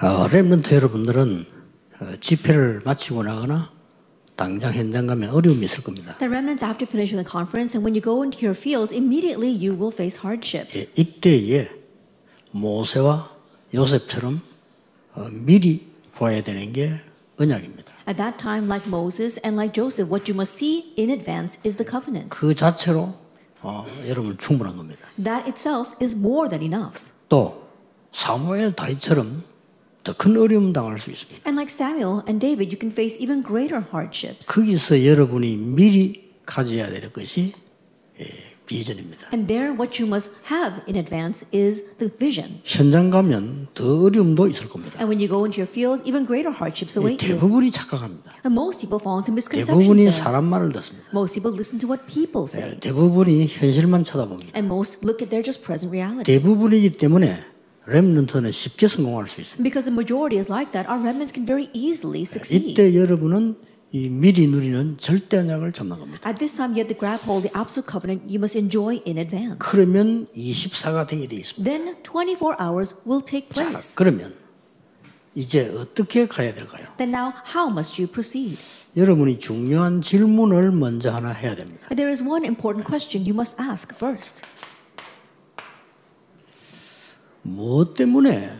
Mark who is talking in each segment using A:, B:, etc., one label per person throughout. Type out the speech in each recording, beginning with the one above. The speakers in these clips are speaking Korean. A: 어, 랩런트 여러분들은 어, 집회를 마치고 나거나 당장 현장 가면 어려움이 있을 겁니다.
B: The remnants after finishing the conference, and when you go into your fields, immediately you will face
A: 예,
B: hardships.
A: 이때에 모세와 요셉처럼 어, 미리 보아야 되는 게 언약입니다.
B: At that time, like Moses and like Joseph, what you must see in advance is the covenant.
A: 그 자체로 어, 여러분 충분한 겁니다.
B: That itself is more than enough.
A: 또 사무엘 다윗처럼 더 큰 어려움 당할 수 있습니다.
B: And like Samuel and David, you can face even greater hardships.
A: 거기서 여러분이 미리 가져야 될 것이 예, 비전입니다.
B: And there, what you must have in advance is the vision.
A: 현장 가면 더 어려움도 있을 겁니다.
B: And when you go into your fields, even greater
A: 이
B: hardships await you.
A: 대부분이 착각합니다.
B: And most people fall into
A: 대부분이
B: misconceptions. there.
A: 사람 말을 듣습니다.
B: Most people listen to what people say,
A: 대부분이 현실만 쳐다봅니다.
B: and most look at their just present reality.
A: 대부분이기 때문에 렘넌트는 쉽게 성공할 수 있습니다.
B: And Because the majority is like that, our remnants can very easily succeed.
A: 이때 여러분은 이 미리 누리는 절대 언약을 잡는 겁니다.
B: At this time, you have to grab hold the absolute covenant you must enjoy in advance.
A: 그러면 24가 되게 돼 있습니다.
B: Then 24 hours will take
A: 자,
B: place.
A: 그러면 이제 어떻게 가야 될까요?
B: Then now, how must you proceed?
A: 여러분이 중요한 질문을 먼저 하나 해야 됩니다.
B: There is one important question you must ask first.
A: 무엇 뭐 때문에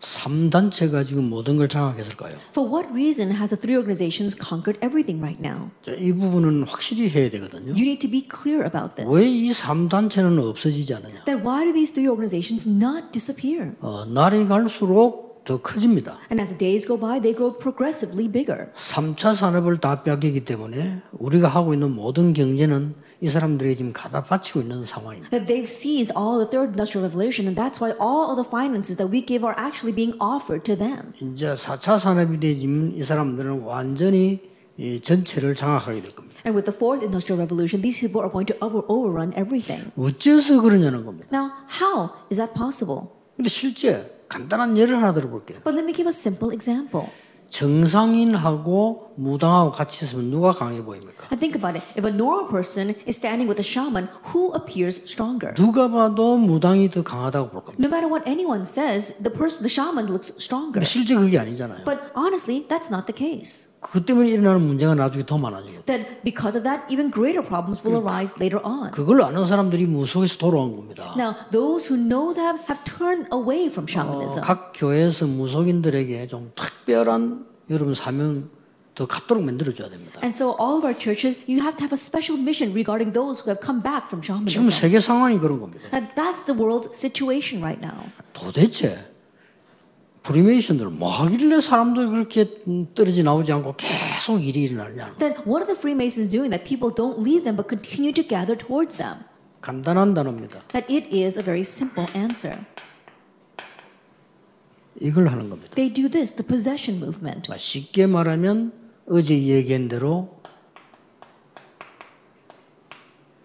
A: 3단체가 지금 모든 걸 장악했을까요?
B: For what reason has the three organizations conquered everything right now?
A: 자, 이 부분은 확실히 해야 되거든요.
B: You need to be clear about
A: 왜
B: this.
A: 이 3단체는 없어지지 않느냐?
B: Then why do these three organizations not disappear?
A: 어, 날이 갈수록 더 커집니다.
B: And as the days go by, they grow progressively bigger.
A: 3차 산업을 다 빼앗기기 때문에 우리가 하고 있는 모든 경제는 이 사람들이 지금 가다 바치고 있는 상황입니다.
B: that they've seized all the third industrial revolution, and that's why all of the finances that we give are actually being offered to them.
A: 이제 4차 산업이 되지면 이 사람들은 완전히 이 전체를 장악하게 될 겁니다.
B: And with the fourth industrial revolution, these people are going to over- overrun everything.
A: 어째서 그러냐는 겁니다.
B: Now, how is that possible?
A: 근데 실제 간단한 예를 하나 들어볼게요.
B: But let me give a simple example.
A: 정상인하고 무당하고 같이 있으면 누가 강해 보입니까?
B: And think about it. If a normal person is standing with a shaman, who appears stronger?
A: 누가 봐도 무당이 더 강하다고 볼 겁니다.
B: No matter what anyone says, the person, the shaman looks stronger.
A: 근데 실제 그게 아니잖아요.
B: But honestly, that's not the case.
A: 그 때문에 일어나는 문제가 나중에 더 많아지고
B: That because of that, even greater problems will arise later on.
A: 그걸 아는 사람들이 무속에서 돌아온 겁니다.
B: Now, those who know them have turned away from shamanism.
A: 각 교회에서 무속인들에게 좀 특별한 여러분 사명 더 갖도록 만들어줘야 됩니다.
B: And so, all of our churches, you have to have a special mission regarding those who have come back from
A: 지금
B: shamanism.
A: 세계 상황이 그런 겁니다.
B: And that's the world's situation right now.
A: 도대체 프리메이션들은 뭐 하길래 사람들 그렇게 음, 떨어지 나오지 않고 계속 일이 일어나냐
B: Then, what are the Freemasons doing that people don't leave them but continue to gather towards them?
A: 간단한 단어입니다.
B: That it is a very simple answer.
A: 이걸 하는 겁니다. 아,
B: They do this, the possession movement.
A: 쉽게 말하면 어제 얘기한 대로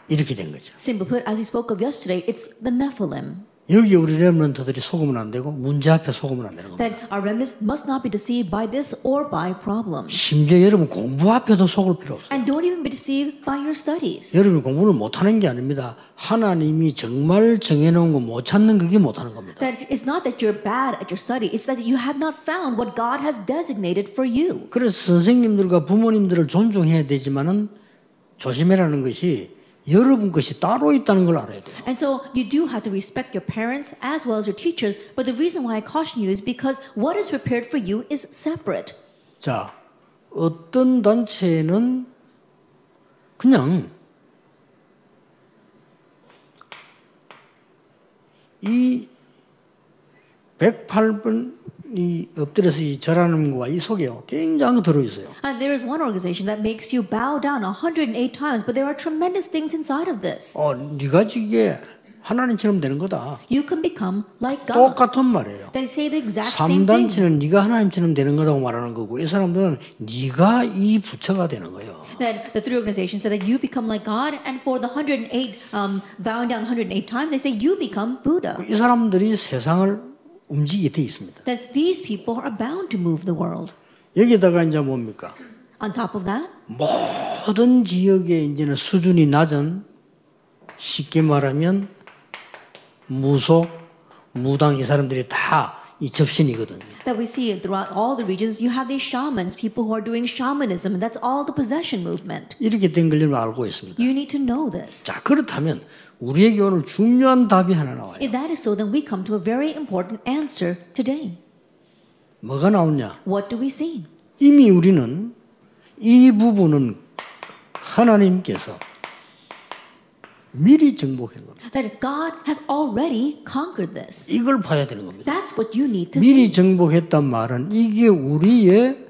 A: 이렇게 된 거죠.
B: Simply put, as we spoke of yesterday, it's the Nephilim.
A: 여기 우리 렘런트들이 속으면 안 되고 문제 앞에 속으면 안 되는 겁니다.
B: That our remnants must not be deceived by this or by problems.
A: 심지어 여러분 공부 앞에도 속을 필요 없어요.
B: And don't even be deceived by your studies.
A: 여러분 공부를 못하는 게 아닙니다. 하나님이 정말 정해놓은 거 못 찾는 그게 못하는 겁니다.
B: That it's not that you're bad at your study, it's that you have not found what God has designated for you.
A: 그래서 선생님들과 부모님들을 존중해야 되지만은 조심해라는 것이 여러분 것이 따로 있다는 걸 알아야 돼요.
B: And so you do have to respect your parents as well as your teachers, but the reason why I caution you is because what is prepared for you is separate.
A: 자, 어떤 단체는 그냥 이 108번 이 엎드려서 이 절하는 것과 이 속에요. 굉장히 들어있어요.
B: And there is one organization that makes you bow down 108 times, but there are tremendous things inside of this.
A: 어, 네가 지게 하나님처럼 되는 거다.
B: You can become like God.
A: 똑같은 말이에요.
B: They say the exact same thing.
A: 3단체는 네가 하나님처럼 되는 거라고 말하는 거고 이 사람들은 네가 이 부처가 되는 거예요.
B: Then the three organizations say that you become like God, and for the 108, um, bowing down 108 times, they say you become Buddha.
A: 이 사람들이 세상을 움직이게 돼 있습니다.
B: that these people are bound to move the world.
A: 여기다가 이제 뭡니까?
B: On top of that,
A: 모든 지역에 이제는 수준이 낮은 쉽게 말하면 무소, 무당 이 사람들이 다 이 접신이거든요.
B: That we see throughout all the regions, you have these shamans, people who are doing shamanism, and that's all the possession movement.
A: 이렇게 된 걸로 알고 있습니다.
B: You need to know this.
A: 자, 그렇다면 우리에게 오늘 중요한 답이 하나 나와요.
B: If that is so, then we come to a very important answer today.
A: 뭐가 나오냐?
B: What do we see?
A: 이미 우리는 이 부분은 하나님께서 미리 정복한 겁니다.
B: That God has already conquered this.
A: 이걸 봐야 되는 겁니다.
B: That's what you need to
A: 미리
B: see.
A: 정복했단 말은 이게 우리의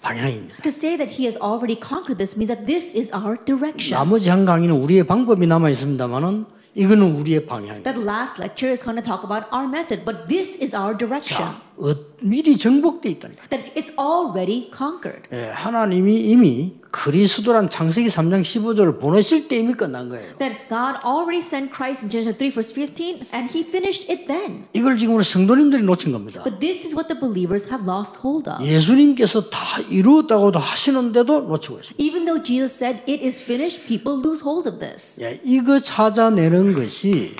A: 방향입니다.
B: To say that He has already conquered this means that this is our direction.
A: 나머지 한 강의는 우리의 방법이 남아 있습니다만은 이거는 우리의 방향입니다.
B: That last lecture is going to talk about our method, but this is our direction.
A: 자, 어, 미리 정복돼 있다니까.
B: That it's already conquered.
A: 예, 하나님이 이미 그리스도란 창세기 3장 15절을 보내실 때 이미 끝난 거예요.
B: That God already sent Christ in Genesis 3, verse 15, and He finished it then.
A: 이걸 지금 우리 성도님들이 놓친 겁니다.
B: But this is what the believers have lost hold of.
A: 예수님께서 다 이루었다고도 하시는데도 놓치고 있습니다.
B: Even though Jesus said it is finished, people lose hold of this.
A: 예, 이거 찾아내는 것이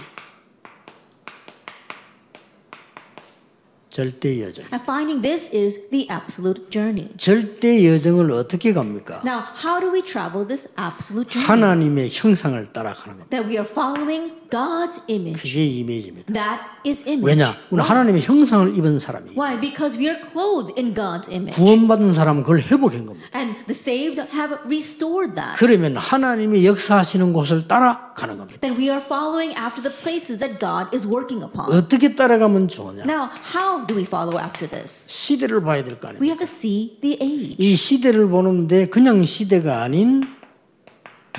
A: 절대 여정.
B: And finding this is the absolute journey.
A: 절대 여정을 어떻게 갑니까?
B: Now, how do we travel this absolute journey?
A: 하나님의 형상을 따라가는 겁니다.
B: That we are following God's image.
A: 그게 이미지입니다.
B: That is image.
A: 왜냐? 우리 하나님의 형상을 입은 사람이
B: Why? Because we are clothed in God's image.
A: 구원받은 사람은 그걸 회복한 겁니다.
B: And the saved have restored that.
A: 그러면 하나님이 역사하시는 곳을 따라가는 겁니다.
B: That we are following after the places that God is working upon.
A: 어떻게 따라가면 좋으냐?
B: Now, how do we follow after this?
A: 시대를 봐야 될 거 아니에요.
B: We have to see the age.
A: 이 시대를 보는데 그냥 시대가 아닌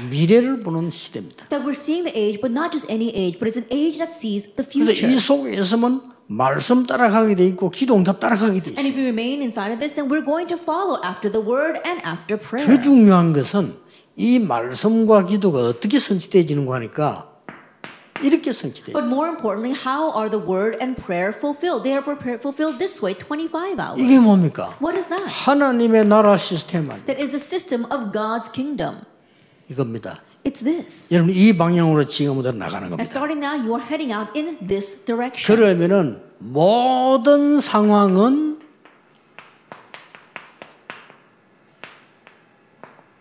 A: 미래를 보는 시대입니다.
B: That we're seeing the age, but not just any age, but it's an age that sees the
A: 그래서 이
B: future.
A: 속에서만 말씀 따라가게 돼 있고 기도응답 따라가게 돼
B: And
A: 있어요.
B: if we remain inside of this, then we're going to follow after the word and after prayer.
A: 더 중요한 것은 이 말씀과 기도가 어떻게 성취되어지는 거 하니까 이렇게 성취돼요.
B: But more importantly, how are the word and prayer fulfilled? They are prepared, fulfilled this way 25
A: 이게
B: hours.
A: 뭡니까?
B: What is that?
A: 하나님의 나라 시스템 아니
B: That is the system of God's kingdom.
A: 이겁니다.
B: It's this.
A: 여러분 이 방향으로 지금부터 나가는 겁니다.
B: And starting now, you are heading out in this direction.
A: 그러면은 모든 상황은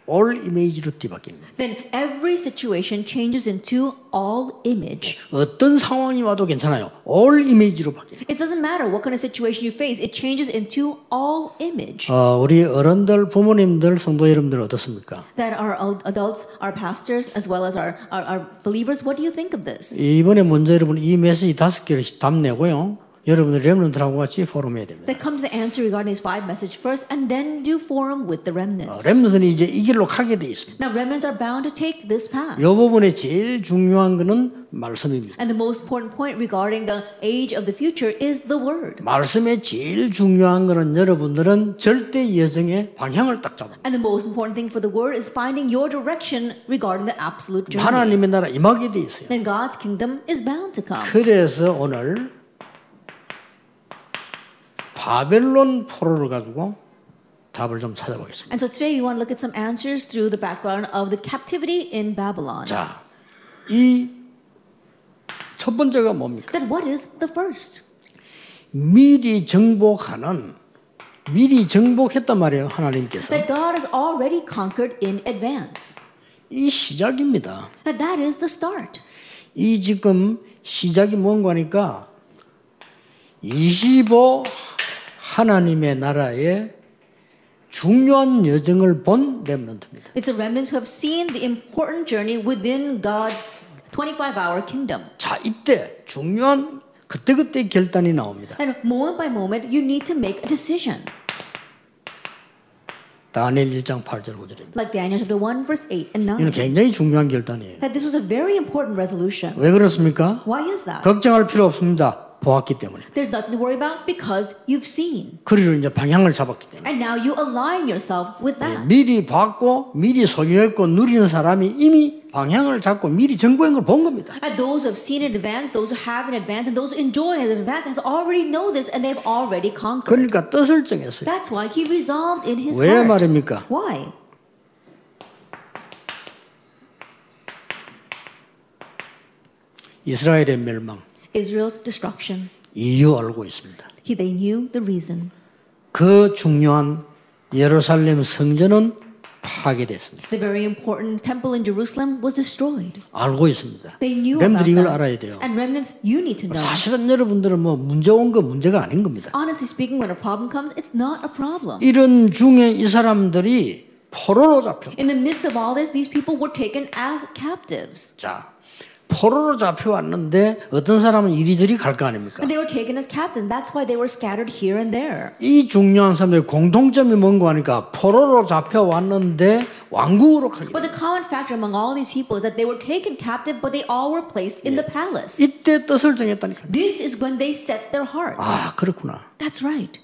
A: 올 이미지로 뒤바뀝니다.
B: Then every situation changes into all image.
A: 어떤 상황이 와도 괜찮아요. 올 이미지로 바뀝니다.
B: It doesn't matter what kind of situation you face, it changes into all image.
A: 어, 우리 어른들, 부모님들, 성도 여러분들 어떻습니까?
B: That our ad- adults, our pastors, as well as our, our, our believers, what do you think of this?
A: 이번에 먼저 여러분 이 메시지 다섯 개를 답내고요. 여러분들 렘런들하고 같이 포럼해야 됩니다.
B: That come to the answer regarding these five message first, and then do forum with the
A: 어,
B: remnants.
A: 렘런들이 이제 이 길로 가게 돼 있습니다.
B: Now, remnants are bound to take this path.
A: 이 부분에 제일 중요한 것은 말씀입니다.
B: And the most important point regarding the age of the future is the word.
A: 말씀의 제일 중요한 것은 여러분들은 절대 여정의 방향을 딱 잡아.
B: And the most important thing for the word is finding your direction regarding the absolute journey.
A: 하나님의 나라 임하게 돼 있어요.
B: Then God's kingdom is bound to come.
A: 그래서 오늘 바벨론 포로를 가지고 답을 좀 찾아보겠습니다.
B: And so today we want to look at some answers through the background of the captivity in Babylon.
A: 자, 이 첫 번째가 뭡니까?
B: Then what is the first?
A: 미리 정복하는 미리 정복했단 말이에요 하나님께서
B: That God has already conquered in advance.
A: 이 시작입니다.
B: That that is the start.
A: 이 지금 시작이 뭔가니까 25 하나님의 나라의 중요한 여정을 본 렘넌트입니다.
B: It's the remnants who have seen the important journey within God's 25 hour kingdom.
A: 자, 이때 중요한 그때그때 결단이 나옵니다.
B: And moment by moment, you need to make a decision.
A: 다니엘 1장 8절 9절입니다.
B: Like Daniel chapter 1, verse 8 and
A: 이건
B: 9.
A: 굉장히 중요한 결단이에요.
B: That this was a very important resolution.
A: 왜 그렇습니까?
B: Why is that?
A: 걱정할 필요 없습니다. 보았기 때문에.
B: There's nothing to worry about because you've seen.
A: 그리로 이제 방향을 잡았기 때문에.
B: And now you align yourself with that.
A: 미리 봤고 미리 소유했고 누리는 사람이 이미 방향을 잡고 미리 정보인 걸 본 겁니다.
B: And those who have seen in advance, those who have in advance, and those who enjoy in advance has already know this and they've already conquered.
A: 그러니까 뜻을 정했어요.
B: That's why he resolved in his
A: 왜
B: heart.
A: 말입니까?
B: Why?
A: 이스라엘의 멸망
B: Israel's destruction.
A: 이유 알고 있습니다.
B: He, they knew the reason.
A: 그 중요한 예루살렘 성전은 파괴됐습니다.
B: The very important temple in Jerusalem was destroyed.
A: 알고 있습니다.
B: They knew
A: 렘들이 이걸
B: about
A: 알아야
B: that.
A: 돼요.
B: And remnants, you need to know.
A: 사실은 여러분들은 뭐 문제 온 거 문제가 아닌 겁니다.
B: Honestly speaking, when a problem comes, it's not a problem.
A: 이런 중에 이 사람들이 포로로 잡혀.
B: In the midst of all this, these people were taken as captives.
A: 자, 포로로 잡혀왔는데 어떤 사람은 이리저리 갈 거 아닙니까?
B: And they were taken as captives. That's why they were scattered here and there.
A: 이 중요한 사람들의 공통점이 뭔가 하니까 포로로 잡혀왔는데 왕궁으로 가기.
B: But the common factor among all these people is that they were taken captive, but they all were placed in the palace.
A: 이때 뜻을 정했다니까.
B: This is when they set their hearts.
A: 아 그렇구나.
B: That's right.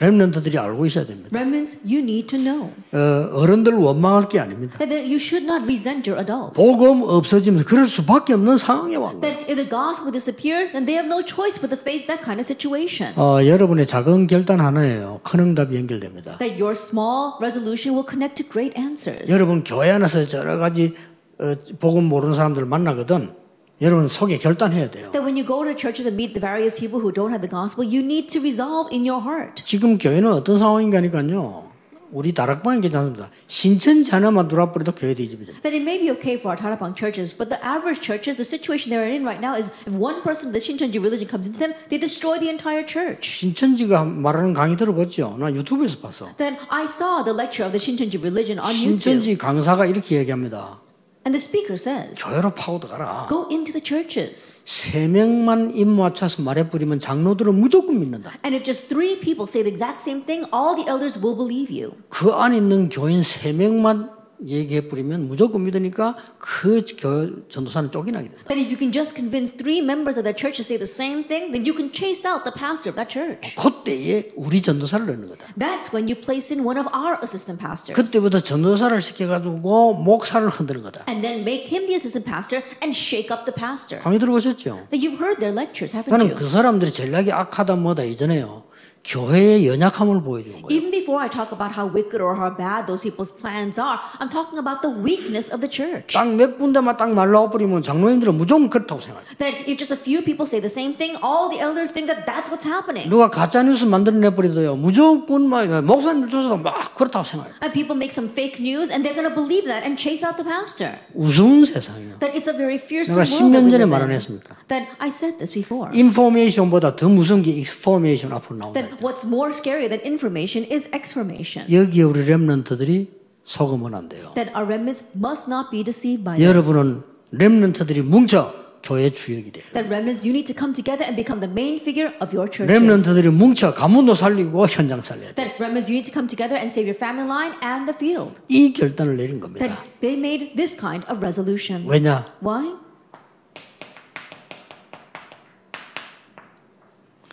A: 렘런트들이 알고 있어야 됩니다.
B: Remnants, you need to know
A: 어, 어른들 원망할 게 아닙니다.
B: that that you should not resent your adults.
A: 복음 없어지면서 그럴 수밖에 없는 상황에 왔거요
B: That if the gospel disappears, and they have no choice but to face that kind of situation.
A: 어, 여러분의 작은 결단 하나예요. 큰 응답이 연결됩니다.
B: That your small resolution will connect to great answers.
A: 여러분 교회 안에서 여러 가지 어, 복음 모르는 사람들을 만나거든. 여러분 속에 결단해야 돼요.
B: That when you go to churches and meet the various people who don't have the gospel, you need to resolve in your heart.
A: 지금 교회는 어떤 상황인가니까요. 우리 다락방이 괜찮습니다. 신천지 하나만 돌아버려도 교회 뒤집어져.
B: That it may be okay for our Tarapang churches, but the average churches, the situation they're in right now is if one person of the Shintonji religion comes into them, they destroy the entire church.
A: 신천지가 말하는 강의 들어봤죠. 나 유튜브에서 봤어.
B: Then I saw the lecture of the Shintonji religion on YouTube,
A: 신천지 강사가 이렇게 얘기합니다.
B: and the speaker says,
A: 교회로 파고들어가라.
B: Go into the churches.
A: 세 명만 입 맞춰서 말해 버리면 장로들은 무조건 믿는다.
B: And if just three people say the exact same thing, all the elders will believe you.
A: 그 안에 있는 교인 세 명만 얘기해 버리면 무조건 믿으니까 그 교, 전도사는 쫓겨나게 된다.
B: That if you can just convince three members of that church to say the same thing, then you can chase out the pastor of that church.
A: 그때에 우리 전도사를 넣는 거다.
B: That's when you place in one of our assistant pastors.
A: 그때부터 전도사를 시켜가지고 목사를 흔드는 거다.
B: And then make him the assistant pastor and shake up the pastor.
A: 강의 들어보셨죠?
B: Now, you've heard their lectures, haven't
A: 나는
B: you?
A: 그 사람들이 전략이 악하다 뭐다 이전에요. 교회의 연약함을 보여주는 거예요.
B: Even before I talk about how wicked or how bad those people's plans are, I'm talking about the weakness of the church.
A: 딱 몇 군데만 딱 말라버리면 장로님들은 무조건 그렇다고 생각해요.
B: That if just a few people say the same thing, all the elders think that that's what's happening.
A: 누가 가짜 뉴스 만들어내 버리도요. 무조건 막 목사님들 조사도 막 그렇다고 생각해요.
B: And people make some fake news and they're going to believe that and chase out the pastor.
A: 우스운 세상이에요.
B: That it's a very fearsome
A: 내가
B: world.
A: 10년
B: that we
A: 전에
B: live
A: 말 안
B: in.
A: 했습니까?
B: That I said this before.
A: 인포메이션보다 더 무서운 게 익스포메이션 앞으로 나온다.
B: That what's more scary than information is exformation.
A: 여기에 우리 렘런트들이 속으면 안 돼요.
B: that our remnants must not be deceived
A: 네.
B: by this.
A: 여러분은 렘런트들이 뭉쳐 교회 주역이 돼요.
B: That remnants, you need to come together and become the main figure of your
A: 그렇죠.
B: churches.
A: 렘런트들이 뭉쳐 가문도 살리고 현장 살려야 돼.
B: That remnants, you need to come together and save your family line and the field.
A: 이 결단을 내린
B: That
A: 겁니다.
B: they made this kind of resolution.
A: 왜냐?
B: Why?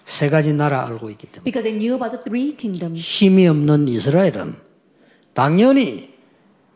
A: 세 가지 나라 알고 있기 때문에.
B: Because they knew about the three kingdoms.
A: 힘이 없는 이스라엘은 당연히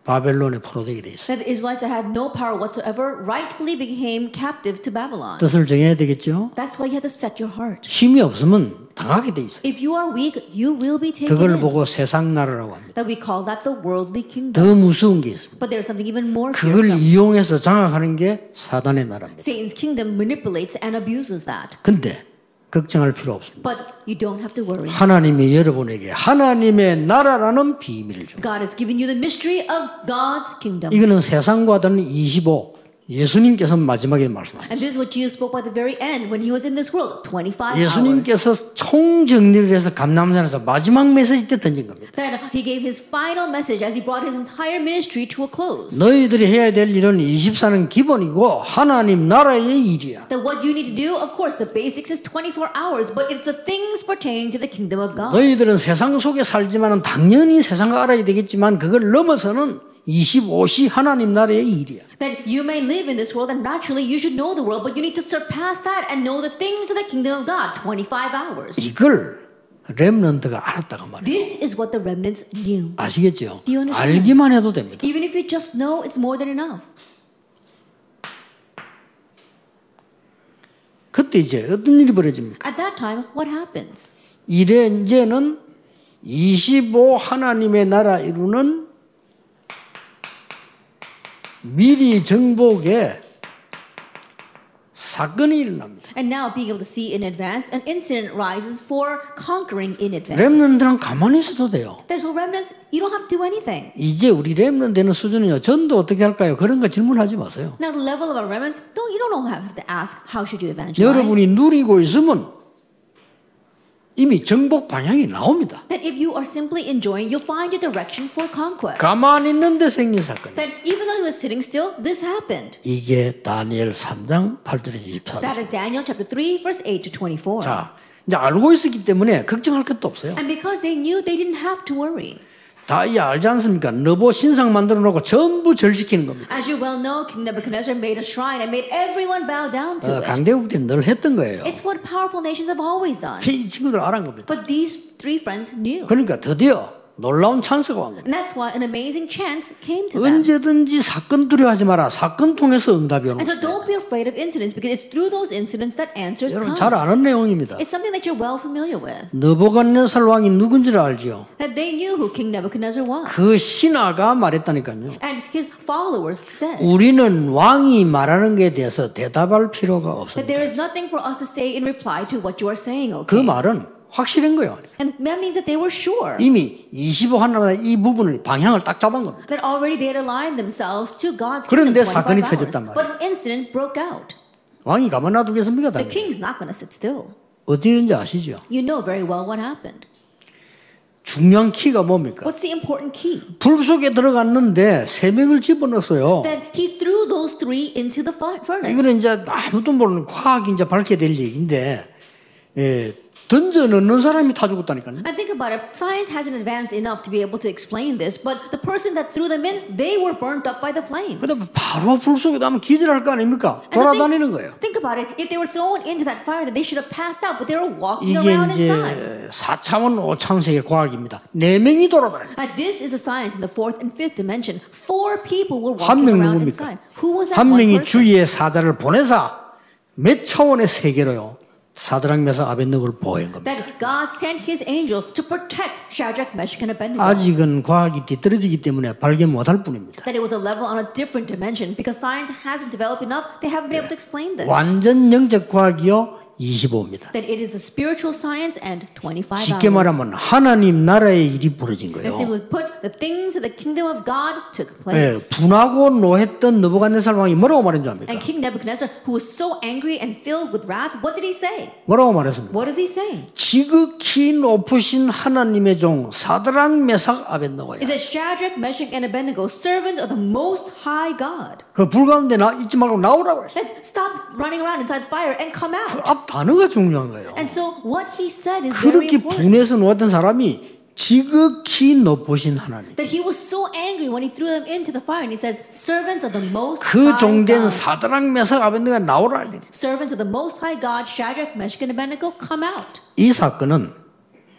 A: 바벨론에 포로되게 돼 있어요.
B: That the Israelites that had no power whatsoever rightfully became captive to Babylon.
A: 뜻을 정해야 되겠죠?
B: That's why you have to set your heart.
A: 힘이 없으면 당하게 돼 있어요.
B: If you are weak, you will be taken
A: 그걸
B: in.
A: 보고 세상 나라라고 합니다.
B: That we call that the worldly kingdom.
A: 더 무서운 게 있습니다.
B: But there's something even more
A: 그걸
B: fearsome.
A: 이용해서 장악하는 게 사단의 나라입니다.
B: Satan's kingdom manipulates and abuses that.
A: 근데 걱정할 필요 없습니다.
B: But you don't have to worry.
A: 하나님이 여러분에게 하나님의 나라라는 비밀을 줍니다.
B: God has given you the mystery of God's kingdom.
A: 이거는 세상과 다른 25 예수님께서 마지막에 말씀하셨습니다.
B: And this is what Jesus spoke by the very end when he was in this world 25 hours.
A: 예수님께서 총정리를 해서 감남산에서 마지막 메시지 때 던진 겁니다.
B: Then he gave his final message as he brought his entire ministry to a close.
A: 너희들이 해야 될 일은 24는 기본이고 하나님 나라의 일이야.
B: That what you need to do, of course, the basics is 24 hours, but it's the things pertaining to the kingdom of God.
A: 너희들은 세상 속에 살지만 당연히 세상을 알아야 되겠지만 그걸 넘어서는 25시 하나님 나라의 일이야.
B: That you may live in this world and naturally you should know the world, but you need to surpass that and know the things of the kingdom of God 25 hours.
A: 이걸 렘넌트가 알았다고 말이에요.
B: This is what the remnants knew.
A: 아시겠죠?
B: Do you understand?
A: 알기만 해도 됩니다.
B: Even if you just know, it's more than enough.
A: 그때 이제 어떤 일이 벌어집니까?
B: At that time, what happens?
A: 이래 이제는 25 하나님의 나라 이루는 미리 정복의 사건이 일어납니다.
B: And now being able to see in advance, an incident rises for conquering in advance.
A: 렘넌들은 가만히 있어도 돼요.
B: There's no remnants. You don't have to do anything.
A: 이제 우리 렘넌 되는 수준은요. 전도 어떻게 할까요? 그런 거 질문하지 마세요.
B: Now the level of our remnants, don't you don't have have to ask how should you evangelize.
A: 여러분이 누리고 있으면 이미 정복 방향이 나옵니다.
B: That if you are simply enjoying, you'll find your direction for conquest.
A: 가만히 있는데 생긴 사건.
B: That even though he was sitting still, this happened.
A: 이게 다니엘 3장 8절에서 24절.
B: That is Daniel chapter 3, verse 8 to 24.
A: 자, 이제 알고 있었기 때문에 걱정할 것도 없어요.
B: And because they knew, they didn't have to worry.
A: 다 이 알지 않습니까? 너보 신상 만들어 놓고 전부 절시키는 겁니다.
B: As you well know, King Nebuchadnezzar made a shrine and made everyone bow down to
A: 어,
B: it.
A: 강대국들이 늘 했던 거예요.
B: It's what powerful nations have always done.
A: 이 친구들 알은 겁니다.
B: But these three friends knew.
A: 그러니까 드디어 놀라운 찬스가 온 겁니다.
B: And that's why an amazing chance came to them.
A: 언제든지 사건 두려워하지 마라. 사건 통해서 응답이 오는
B: And so
A: 거예요.
B: don't be afraid of incidents because it's through those incidents that answers
A: 여러분 잘
B: come.
A: 아는 내용입니다.
B: It's something that you're well familiar with.
A: 너보갓네살 왕이 누군지를 알지요.
B: That they knew who King Nebuchadnezzar was.
A: 그 신하가 말했다니까요.
B: And his followers said
A: 우리는 왕이 말하는 것에 대해서 대답할 필요가 없어요.
B: that there is nothing for us to say in reply to what you are saying,
A: 그
B: okay?
A: 말은 확실한 거예요.
B: And that means that they were sure.
A: 이미 25 하나마다 이 부분을 방향을 딱 잡은 겁니다.
B: That already they had aligned themselves to God's
A: 그런데
B: kingdom 25
A: 사건이
B: hours.
A: 터졌단 말이에요.
B: But an incident broke out.
A: 왕이 가만 놔두겠습니까?
B: The
A: 당연히.
B: king's not going to sit still.
A: 어떻게 되는지 아시죠?
B: You know very well what happened.
A: 중요한 키가 뭡니까?
B: What's the important key?
A: 불 속에 들어갔는데 세 명을 집어넣었어요.
B: That he threw those three into the fi-
A: 이거는
B: furnace.
A: 이제 아무도 모르는 과학이 이제 밝게 될 얘기인데 예, 던져 넣는 사람이 다 죽었다니까요.
B: And think about it. Science hasn't advanced enough to be able to explain this, but the person that threw them in, they were burnt up by the flames.
A: 근데 바로 불 속에 나면 기절할 거 네. 아닙니까?
B: And so
A: 돌아다니는 거예요.
B: think, think about it. If they were thrown into that fire, then they should have passed out, but they were walking
A: 이게
B: around inside.
A: 이제 4차원 5차원세계 과학입니다. 네 명이 돌아다니는
B: And this is a science in the fourth and fifth dimension. Four people were
A: 한
B: walking
A: 명
B: around
A: 누굽니까?
B: inside. Who was that
A: 한
B: one
A: 명이
B: person?
A: 주위에 사자를 보내사 몇 차원의 세계로요. 사드락 메사 아벤노를 보호한 겁니다.
B: That God sent his angel to protect Shadrach, Meshach, and Abednego.
A: 아직은 과학이 뒤떨어지기 때문에 발견 못할 뿐입니다.
B: that it was a level on a different dimension because science hasn't developed enough. They haven't been able to explain this.
A: 완전 영적 과학이요 25입니다.
B: That it is a spiritual science and 25
A: 쉽게
B: hours.
A: 말하면 하나님 나라의 일이 벌어진 거예요.
B: That simply put, the things of the kingdom of God took
A: 예,
B: place.
A: 분하고 노했던 느부갓네살 왕이 뭐라고 말한 줄 압니까?
B: And King Nebuchadnezzar, who was so angry and filled with wrath, what did he say?
A: 뭐라고 말했습니까?
B: What does he say?
A: 지극히 높으신 하나님의 종 사드락 메삭 아벤노가야.
B: He said, Shadrach, Meshach, and Abednego, servants of the Most High God.
A: 그 불가운데 나 있지 말고 나오라고 했어요.
B: That stop running around inside the fire and come out.
A: 그 앞 단어가 중요한 거예요.
B: And so what he said is very
A: 그렇게
B: important.
A: 분해서 놓았던 사람이 지극히 높으신 하나님.
B: that he was so angry when he threw them into the fire and he says servants of the most
A: 그
B: high
A: 종된
B: god
A: 사드락 메삭 아벤노가 나오라.
B: servants of the most high god shadrach meshach and abednego come out
A: 이 사건은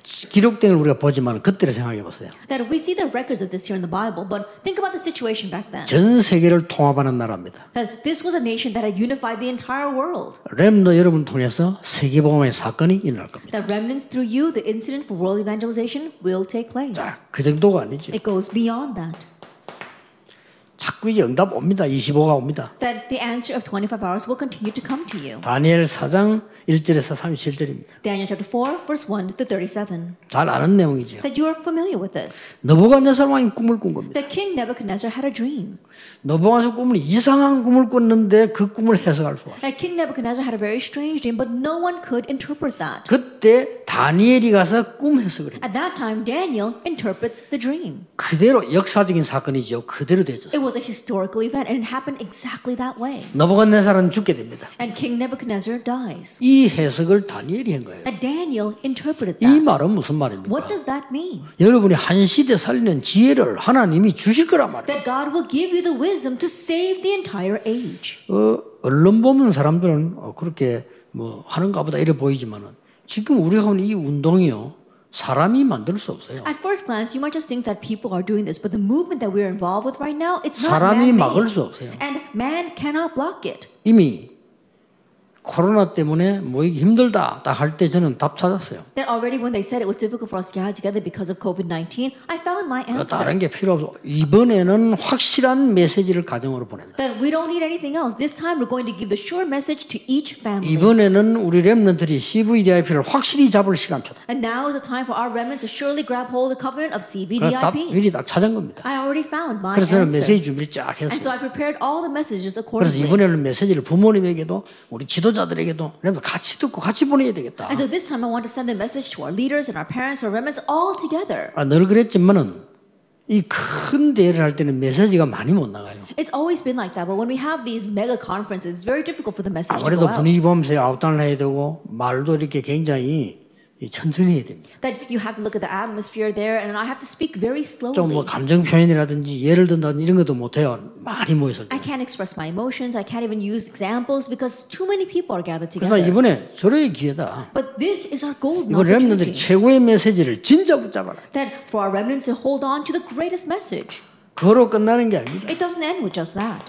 A: 기록된 걸 우리가 보지만 그때를 생각해 보세요.
B: that we see the records of this here in the bible but think about the situation back then
A: 전 세계를 통합하는 나라입니다.
B: that this was a nation that had unified the entire world
A: 렘너 여러분 통해서 세계복음의 사건이 일어날 겁니다.
B: that remnants through you the incident for world evangelization will take place
A: 그 정도가 아니죠.
B: it goes beyond that
A: 자꾸 이제 응답 옵니다. 25가 옵니다.
B: that the answer of 25 hours will continue to come to you
A: 다니엘 4장 1절에서 37절입니다.
B: daniel chapter 4 verse 1 to 37
A: 잘 아는 내용이죠.
B: that you're familiar with this
A: 너부갓네살 왕이 꿈을 꾼 겁니다.
B: that king nebuchadnezzar had a dream
A: 너부갓네살 꿈은 이상한 꿈을 꿨는데 그 꿈을 해석할 수가 없어요.
B: Now, King Nebuchadnezzar had a very strange dream, but no one could interpret that.
A: 그때 다니엘이 가서 꿈 해석을 해요.
B: At that time, Daniel interprets the dream.
A: 그대로 역사적인 사건이죠. 그대로 되죠.
B: It was a historical event, and it happened exactly that way.
A: 너부갓네살은 죽게 됩니다.
B: And King Nebuchadnezzar dies.
A: 이 해석을 다니엘이 한 거예요.
B: And Daniel interpreted
A: 이
B: that.
A: 말은 무슨
B: What
A: 말입니까?
B: does that mean?
A: 여러분이 한 시대 살리는 지혜를 하나님이 주실 거란 말이에요.
B: That God will give you the wisdom to save the entire age.
A: 어, 언론 보는 사람들은 어, 그렇게 뭐 하는가 보다 이래 보이지만은 지금 우리가 하는 이 운동이요 사람이 만들 수 없어요.
B: At first glance, you might just think that people are doing this, but the movement that we're involved with right now, it's not
A: 사람이 막을
B: man-made.
A: 수 없어요.
B: And man cannot block it.
A: 이미 코로나 때문에 모이기 힘들다 딱 할 때 저는 답 찾았어요.
B: Then already when they said it was difficult for us to gather together because of COVID-19, I found my answer.
A: 그러니까 다른 게 필요 없어. 이번에는 확실한 메시지를 가정으로 보낸다.
B: That we don't need anything else. This time we're going to give the sure message to each family.
A: 이번에는 우리 렘넌들이 CVDIP를 확실히 잡을 시간표다.
B: And now is the time for our remnants to surely grab hold of the covenant of
A: 그래서 답
B: CVDIP.
A: 미리 딱 찾은 겁니다.
B: I already found my
A: 그래서 저는
B: answer.
A: 메시지 준비를 쫙
B: And
A: 했어요.
B: so I prepared all the messages
A: 그래서
B: accordingly.
A: 이번에는 메시지를 부모님에게도 우리 지도자들에게도 렘넌 같이 듣고 같이 보내야 되겠다.
B: And so this time I want to send a message to our leaders and our parents, our remnants all together.
A: 아, 늘 그랬지만은 이 큰 대회를 할 때는 메시지가 많이 못 나가요.
B: It's always been like that, but when we have these mega conferences, it's very difficult for the message to go
A: 아무래도
B: out.
A: 분위기 보면서 아웃단을 해야 되고 말도 이렇게 굉장히 이 천천히 해야 됩니다.
B: That you have to look at the atmosphere there, and I have to speak very
A: 좀 뭐
B: slowly.
A: 감정 표현이라든지 예를 든다든지 이런 것도 못 해요. 많이 모였을 때.
B: I can't express my emotions. I can't even use examples because too many people are gathered
A: 그러나
B: together.
A: 이번에 저의 기회다.
B: But this is our golden
A: 이번 렘들이
B: opportunity.
A: 최고의 메시지를 진짜 붙잡아라.
B: That for our remnants to hold on to the greatest message.
A: 그로 끝나는 게 아닙니다.
B: It doesn't end with just that.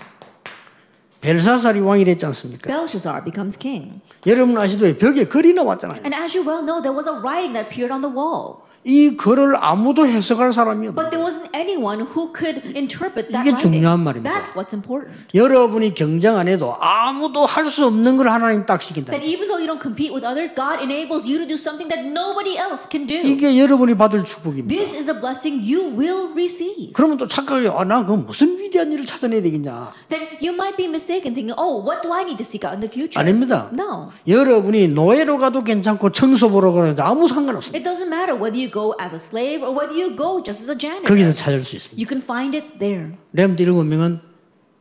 A: 벨사살이 왕이 됐지 않습니까?
B: Belshazzar becomes king.
A: 여러분 아시도에 벽에 글이 나왔잖아요.
B: And as you well know, there was a writing that appeared on the wall.
A: 이 글을 아무도 해석할 사람이 없어요.
B: But there wasn't anyone who could interpret that
A: 이게
B: writing.
A: 중요한 말입니다.
B: That's what's important.
A: 여러분이 경쟁 안 해도 아무도 할 수 없는 걸 하나님 딱 시킨다.
B: That even though you don't compete with others, God enables you to do something that nobody else can do.
A: 이게 여러분이 받을 축복입니다.
B: This is a blessing you will receive.
A: 그러면 또 착각해요. 아, 나 그럼 무슨 위대한 일을 찾아내야 되겠냐.
B: Then you might be mistaken thinking, oh, what do I need to seek out in the future?
A: 아닙니다.
B: No.
A: 여러분이 노예로 가도 괜찮고 청소 보러 가도 아무 상관없습니다.
B: It doesn't matter whether you go as a slave or whether you go just as a janitor.
A: 거기서 찾을 수 있습니다.
B: You can find it there.
A: 렘드 일곱 명은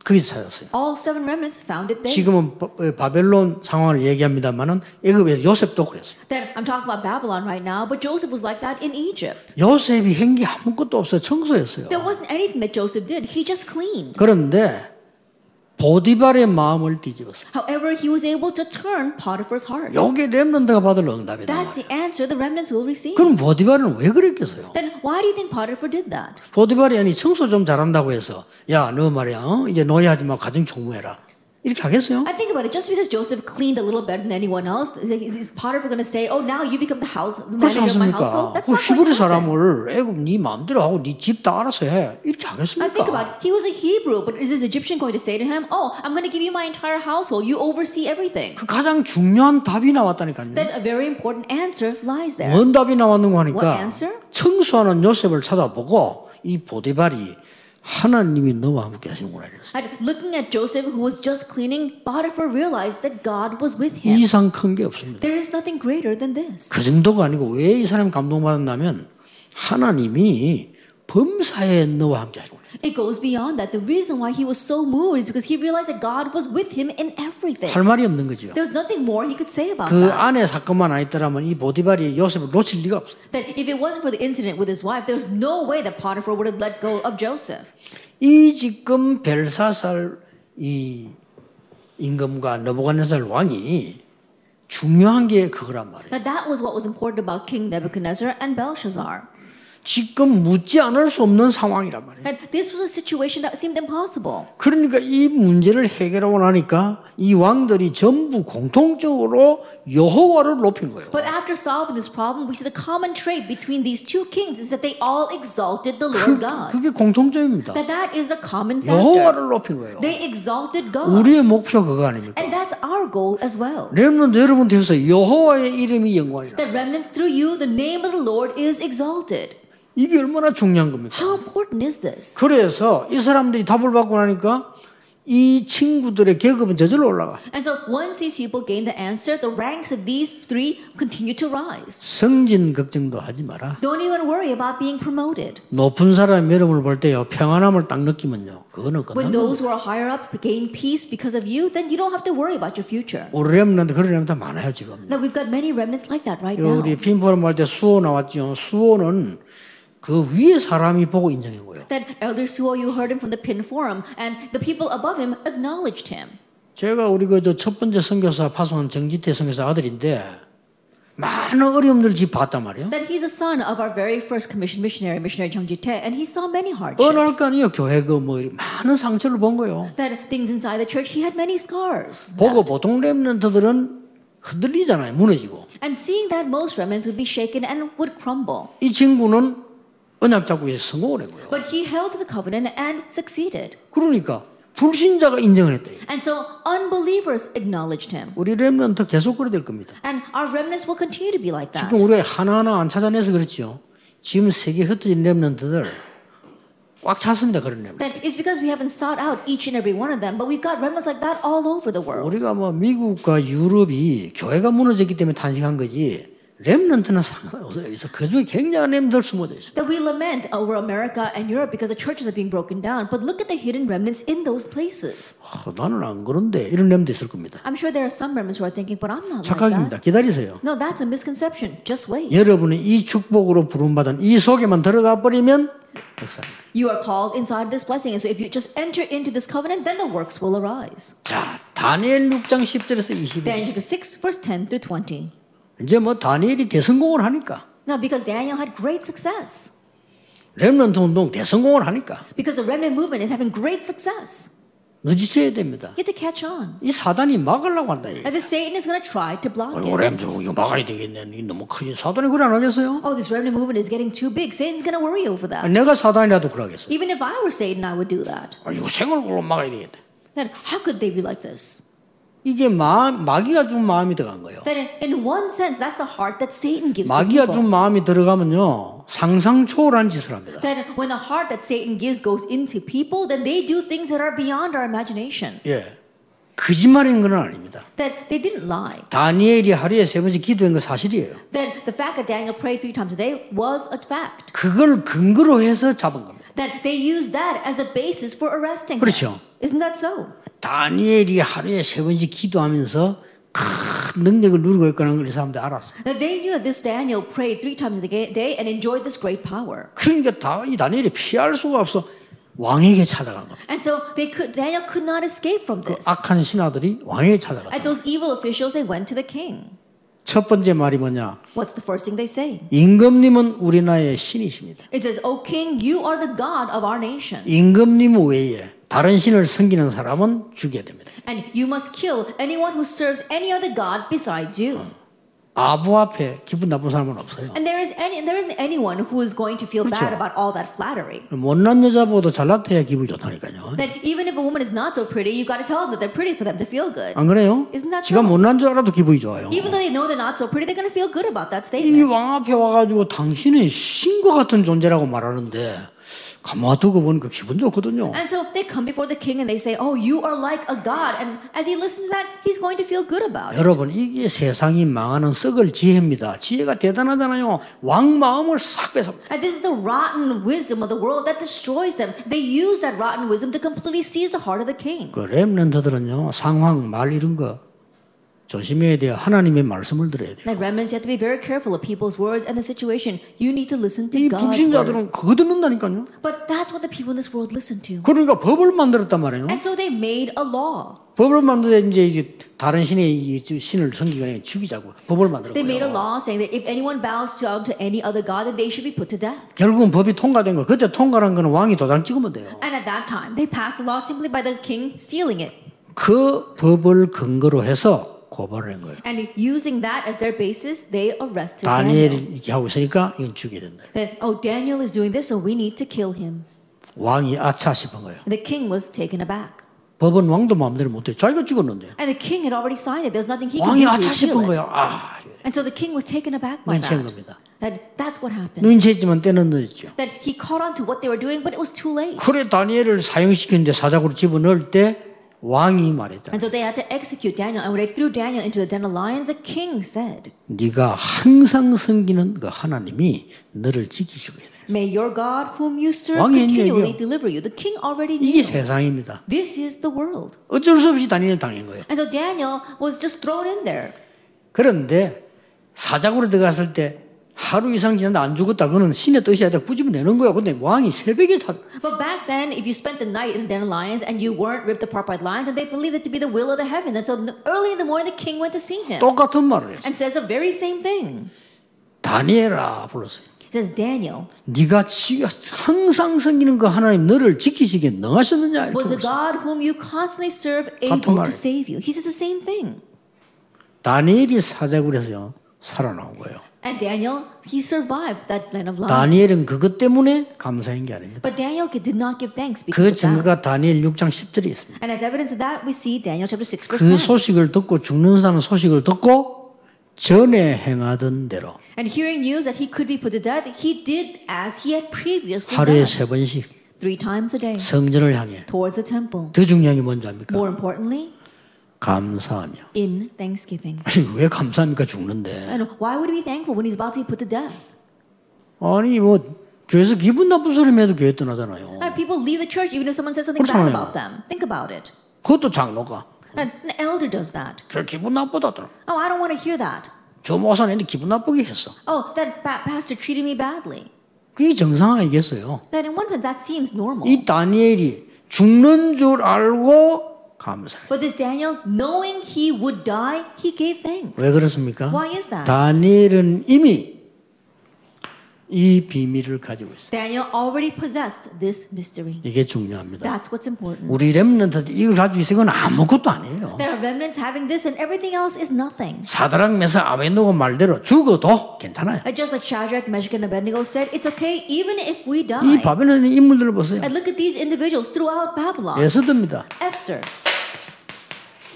A: 거기서 찾았어요.
B: All seven remnants found it there.
A: 지금은 바- 바벨론 상황을 얘기합니다만은 애굽에서 요셉도 그랬어요.
B: Then I'm talking about Babylon right now, but Joseph was like that in Egypt.
A: 요셉이 행기 아무것도 없어요. 청소했어요.
B: There wasn't anything that Joseph did. He just cleaned.
A: 그런데 보디발의 마음을 뒤집었어요.
B: However, he was able to turn Potiphar's heart.
A: 요게 렘넌드가 받을 응답이다.
B: That's the answer the remnants will receive.
A: 그럼 보디발은 왜 그랬겠어요?
B: Then why do you think Potiphar did that?
A: 보디발이 아니 청소 좀 잘한다고 해서 야 너 말이야 어? 이제 노예하지 마 가정 총무해라 이렇게 하겠어요?
B: I think about it. Just because Joseph cleaned a little better than anyone else, is, is Potiphar going to say, "Oh, now you become the house the
A: 그렇지
B: manager of my
A: 않습니까?
B: household"? That's
A: 그
B: not going
A: 히브리
B: to happen.
A: 사람을 애굽 네 마음대로 하고 네 집 다 알아서 그러니까 해 이렇게
B: I
A: 하겠습니까?
B: think about it. he was a Hebrew, but is this Egyptian going to say to him, "Oh, I'm going to give you my entire household. You oversee everything"?
A: 그 가장 중요한 답이 나왔다니까요.
B: Then a very important answer lies there.
A: 뭔 답이 나왔는가
B: What
A: 하니까
B: answer?
A: 청소하는 요셉을 찾아보고 이 보디발이 하나님이 너와 함께 하시는구나 이랬어요.
B: And looking at Joseph, who was just cleaning, Potiphar realized that God was with
A: 이
B: him.
A: 이상 큰 게 없습니다.
B: There is nothing greater than this.
A: 그 정도가 아니고 왜 이 사람이 감동받았냐면 하나님이 범사에 너와 함께 하시구나.
B: It goes beyond that. The reason why he was so moved is because he realized that God was with him in everything.
A: 할 말이 없는 거죠.
B: There was nothing more he could say about
A: 그
B: that.
A: 안에 사건만 안 있더라면 이 보디발이 요셉을 놓칠 리가 없어요.
B: That if it wasn't for the incident with his wife, there was no way that Potiphar would have let go of Joseph.
A: 이 지금 벨사살 이 임금과 너부갓네살 왕이 중요한 게 그거란 말이에요.
B: Now that was what was important about King Nebuchadnezzar and Belshazzar.
A: 지금 묻지 않을 수 없는 상황이란 말이에요.
B: That this was a situation that seemed impossible.
A: 그러니까 이 문제를 해결하고 나니까 이 왕들이 전부 공통적으로 여호와를 높인 거예요. 그,
B: But after solving this problem, we see the common trait between these two kings is that they all exalted the
A: 그,
B: Lord God.
A: 그게 공통점입니다.
B: That that is a common factor.
A: 여호와를 높인 거예요.
B: They exalted God.
A: 우리의 목표 그거 아닙니까?
B: And that's our goal as well.
A: 렘넌트 여러분 되어서 여호와의 이름이 영광이라.
B: That remnants through you, the name of the Lord is exalted.
A: 이게 얼마나 중요한 겁니까?
B: How important is this?
A: 그래서 이 사람들이 답을 받고 나니까 이 친구들의 계급은 저절로 올라가.
B: And so once these people gain the answer, the ranks of these three continue to rise.
A: 성진 걱정도 하지 마라.
B: Don't even worry about being promoted.
A: 높은 사람 여러분을 볼 때요 평안함을 딱 느끼면요 그거는 끝난 거예요.
B: When those who are higher up gain peace because of you, then you don't have to worry about your future.
A: 우리 렘넌트 그런 렘넌트 많아요 지금.
B: Now we've got many remnants like that right
A: 요
B: now.
A: 우리 핀포럼 할때 수호 나왔지요. 수호는 그 위에 사람이 보고 인정한 거예요.
B: That Elder Suo, you heard him from the Pin Forum, and the people above him acknowledged him.
A: 제가 우리 그 저 첫 번째 선교사 파송한 정지태 선교사 아들인데 많은 어려움들을 지 봤단 말이에요.
B: that he's a son of our very first commissioned missionary, missionary Jeong Ji-tae, and he saw many
A: 어느 날
B: hardships.
A: 까요 교회가 뭐 이렇게 많은 상처를 본 거예요.
B: That things inside the church, he had many scars.
A: 보고 보통 렘넌트들은 흔들리잖아요. 무너지고.
B: And seeing that, most remnants would be shaken and would crumble.
A: 이 친구는 언약 잡고 이제 성공을 했고요.
B: But he held to the covenant and succeeded.
A: 그러니까 불신자가 인정을 했대요.
B: And so unbelievers acknowledged him.
A: 우리 렘넌트 계속 그래 될 겁니다.
B: And our remnants will continue to be like that.
A: 지금 우리가 하나하나 안 찾아내서 그렇지요. 지금 세계 흩어진 렘넌트들 꽉 찼습니다. 그런 렘넌트.
B: That is because we haven't sought out each and every one of them, but we've got remnants like that all over the world.
A: 우리가 뭐 미국과 유럽이 교회가 무너졌기 때문에 탄식한 거지 렘넌트는 상관없어요. 그래서 그중에 굉장한 렘들 숨어져 있습니다.
B: That we lament over America and Europe because the churches are being broken down, but look at the hidden remnants in those places.
A: 아, 나는 안 그런데 이런 렘도 있을 겁니다.
B: I'm sure there are some remnants who are thinking, but I'm not like that.
A: 착각입니다. 기다리세요.
B: No, that's a misconception. Just wait.
A: 여러분이 이 축복으로 부름받은 이 속에만 들어가 버리면 역사입니다.
B: You are called inside this blessing, and so if you just enter into this covenant, then the works will arise.
A: 자, 다니엘 6장 10절에서 20절.
B: Daniel chapter 6, verse 10 through 20.
A: 이제 뭐 다니엘이 대성공을 하니까
B: Now, because Daniel had great success,
A: 렘넌트 운동 대성공을 하니까
B: because the remnant movement is having great success,
A: 늦으셔야 됩니다.
B: you have to catch on.
A: 이 사단이 막으려고 한다. 이거.
B: And the Satan is going to try to block
A: 아이고
B: it.
A: 렘트 이거 막아야 되겠네. 이거 너무 크지. 사단이 그래 안 하겠어요?
B: Oh, this remnant movement is getting too big. Satan's going to worry over
A: 아,
B: that.
A: 내가 사단이라도 그러겠어.
B: Even if I were Satan, I would do that.
A: 아, 이거 생얼굴로 막아야 되겠다.
B: Then how could they be like this?
A: 이게 마, 마귀가 준 마음이 들어간 거예요.
B: Then, in one sense, that's the heart that Satan gives to
A: 마귀가
B: people.
A: 준 마음이 들어가면요 상상 초월한 짓을 합니다.
B: Then, when the heart that Satan gives goes into people, then they do things that are beyond our imagination.
A: 예, 거짓말인 건 아닙니다.
B: That they didn't lie.
A: 다니엘이 하루에 세 번씩 기도한 거 사실이에요.
B: Then, the fact that Daniel prayed three times a day was a fact.
A: 그걸 근거로 해서 잡은 겁니다.
B: That they used that as a basis for arresting
A: 그렇죠.
B: him. Isn't that so?
A: 다니엘이 하루에 세 번씩 기도하면서 큰 능력을 누리고 있다는 걸 이 사람들이 알았어요.
B: That they knew that this Daniel prayed three times a ga- day and enjoyed this great power.
A: 그러니까 다, 이 다니엘이 피할 수가 없어 왕에게 찾아간 겁니다.
B: And so they could Daniel could not escape from this.
A: 악한 신하들이 왕에게 찾아갔다.
B: At those evil officials, they went to the king.
A: 첫 번째 말이 뭐냐?
B: What's the first thing they say?
A: 임금님은 우리 나라의 신이십니다.
B: It says, "O king, you are the god of our nation,
A: 임금님 외에 다른 신을 섬기는 사람은 죽여야 됩니다.
B: and you must kill anyone who serves any other god besides you."
A: 아부 앞에 기분 나쁜 사람은 없어요.
B: And there is any there isn't anyone who is going to feel bad about all that flattery.
A: 못난 여자보다 잘났대야 기분 좋다니까요.
B: That even if a woman is not so pretty, you got to tell them that they're pretty for them to feel good.
A: 안 그래요?
B: Isn't that
A: 지가
B: so?
A: 못난 줄 알아도 기분이 좋아요.
B: Even though they know they're not so pretty, they're going to feel good about that statement.
A: 이 왕 앞에 와가지고 당신은 신과 같은 존재라고 말하는데 가만 두고 보니까 기분 좋거든요.
B: And so they come before the king and they say, "Oh, you are like a god." And as he listens to that, he's going to feel good about it.
A: 여러분 이게 세상이 망하는 썩을 지혜입니다. 지혜가 대단하잖아요. 왕 마음을 싹 뺏어.
B: And this is the rotten wisdom of the world that destroys them. They use that rotten wisdom to completely seize the heart of the king.
A: 그 렘넌트들은요 상황 말 이런 거 조심해야 돼요. 하나님의 말씀을 들어야 돼요.
B: That remnants, you have to be very careful of people's words and the situation. You need to listen to
A: 이
B: God's word.
A: 불신자들은 그거 듣는다니까요.
B: But that's what the people in this world listen to.
A: 그러니까 법을 만들었단 말이에요.
B: And so they made a law.
A: 법을 만드는데 이제 이게 다른 신의 이 신을 섬기거나 죽이자고 법을
B: They made a
A: 만들었고요.
B: law saying that if anyone bows down to any other god, then they should be put to death.
A: 결국은 법이 통과된 거. 그때 통과한 거는 왕이 도장 찍으면 돼요.
B: And at that time, they passed the law simply by the king sealing it
A: 그 법을 근거로 해서 고발을 한 거예요.
B: and using that as their basis. They arrested Daniel.
A: 다니엘이 이렇게 하고 있으니까 이건 죽여야 된다.
B: That oh, Daniel is doing this, so we need to kill him.
A: 왕이 아차 싶은 거예요.
B: And the king was taken aback.
A: 법은 왕도 마음대로 못해. 자기가 찍었는데
B: And the king had already signed it. There's nothing he could
A: 왕이
B: do
A: 아차
B: to
A: 싶은
B: appeal it.
A: 거예요. 아,
B: And so the king was taken aback by
A: 눈치한
B: that.
A: 겁니다.
B: And that's what happened.
A: 눈치했지만 때는 늦었죠.
B: That he caught on to what they were doing, but it was too late.
A: 그래 다니엘을 사형시키는데 사자고로 집어넣을 때 왕이 말했다.
B: And so they had to execute Daniel. And when they threw Daniel into the den of lions, the king said,
A: 네가 항상 섬기는 그 하나님이 너를 지키시고 있다.
B: May your God, whom you serve,
A: 왕이 했냐, 이게요?
B: continually deliver you. The king already
A: 이게
B: knew.
A: 세상입니다.
B: This is the world.
A: 어쩔 수 없이 다니엘 당한 거예요.
B: And so Daniel was just thrown in there.
A: 그런데 사자고로 들어갔을 때 하루 이상 지났는데 안 죽었다. 그거는 신의 뜻이 아니다. 꾸집어내는 거야. 근데 왕이 새벽에 자,
B: But back then, if you spent the night in den of lions and you weren't ripped apart by lions, and they believed it to be the will of the heaven, and so n- early in the morning the king went to see him
A: 똑같은 말을 했어.
B: and says the very same thing.
A: 다니엘아 불렀어요.
B: He says, Daniel,
A: 네가 지, 항상 섬기는 그 하나님 너를 지키시기에 능하셨느냐 이렇게
B: was the
A: 물었어요.
B: God whom you constantly serve
A: 같은
B: able
A: 말.
B: to save you? He says the same thing.
A: 다니엘이 사자굴에서 살아나온 거예요.
B: And Daniel, he survived that den of lions.
A: 다니엘은 그것 때문에 감사한 게 아닙니다.
B: But Daniel did not give thanks
A: 그
B: because of that.
A: 증거가 다니엘 6장 10절에 있습니다.
B: And as evidence of that, we see Daniel chapter 6, verse
A: 그
B: 10.
A: 소식을 듣고 죽는 사람 소식을 듣고 전에 행하던 대로
B: And hearing news that he could be put to death, he did as he had previously
A: 하루에
B: done
A: 세 번씩
B: three times a day
A: 성전을 향해
B: towards the temple.
A: 더 중요한 게 뭔지 압니까?
B: More importantly,
A: 감사하며.
B: in thanksgiving.
A: 아니 왜 감사합니까 죽는데?
B: And why would he be thankful when he's about to be put to death?
A: 아니 뭐 교회에서 기분 나쁜 소리만 해도 교회 떠나잖아요.
B: And people leave the church even if someone says something bad
A: 그렇잖아요.
B: about them. Think about it.
A: 그것도 장로가
B: And an elder does that.
A: 그 기분 나쁘다더라.
B: Oh, I don't want to hear that.
A: 저 목사는 애들 기분 나쁘게 했어.
B: Oh, that ba- pastor treated me badly.
A: 그게 정상 아니겠어요?
B: Then in one sense, that seems normal.
A: 이 다니엘이 죽는 줄 알고 감사.
B: But this Daniel, knowing he would die, he gave thanks.
A: 왜 그렇습니까?
B: Why is that?
A: 다니엘은 이미 이 비밀을 가지고 있어요.
B: Daniel already possessed this mystery.
A: 이게 중요합니다.
B: That's what's important.
A: 우리 렘넌트 이걸 가지고 있으면 이건 아무것도 아니에요.
B: There are remnants having this, and everything else is nothing.
A: 사드랑 메사 아벤노고 말대로 죽어도 괜찮아요.
B: And just like Shadrach, Meshach, and Abednego said, it's okay even if we
A: 이
B: die.
A: 바벨론의 인물들을 보세요.
B: And look at these individuals throughout Babylon.
A: 에스더입니다.
B: Esther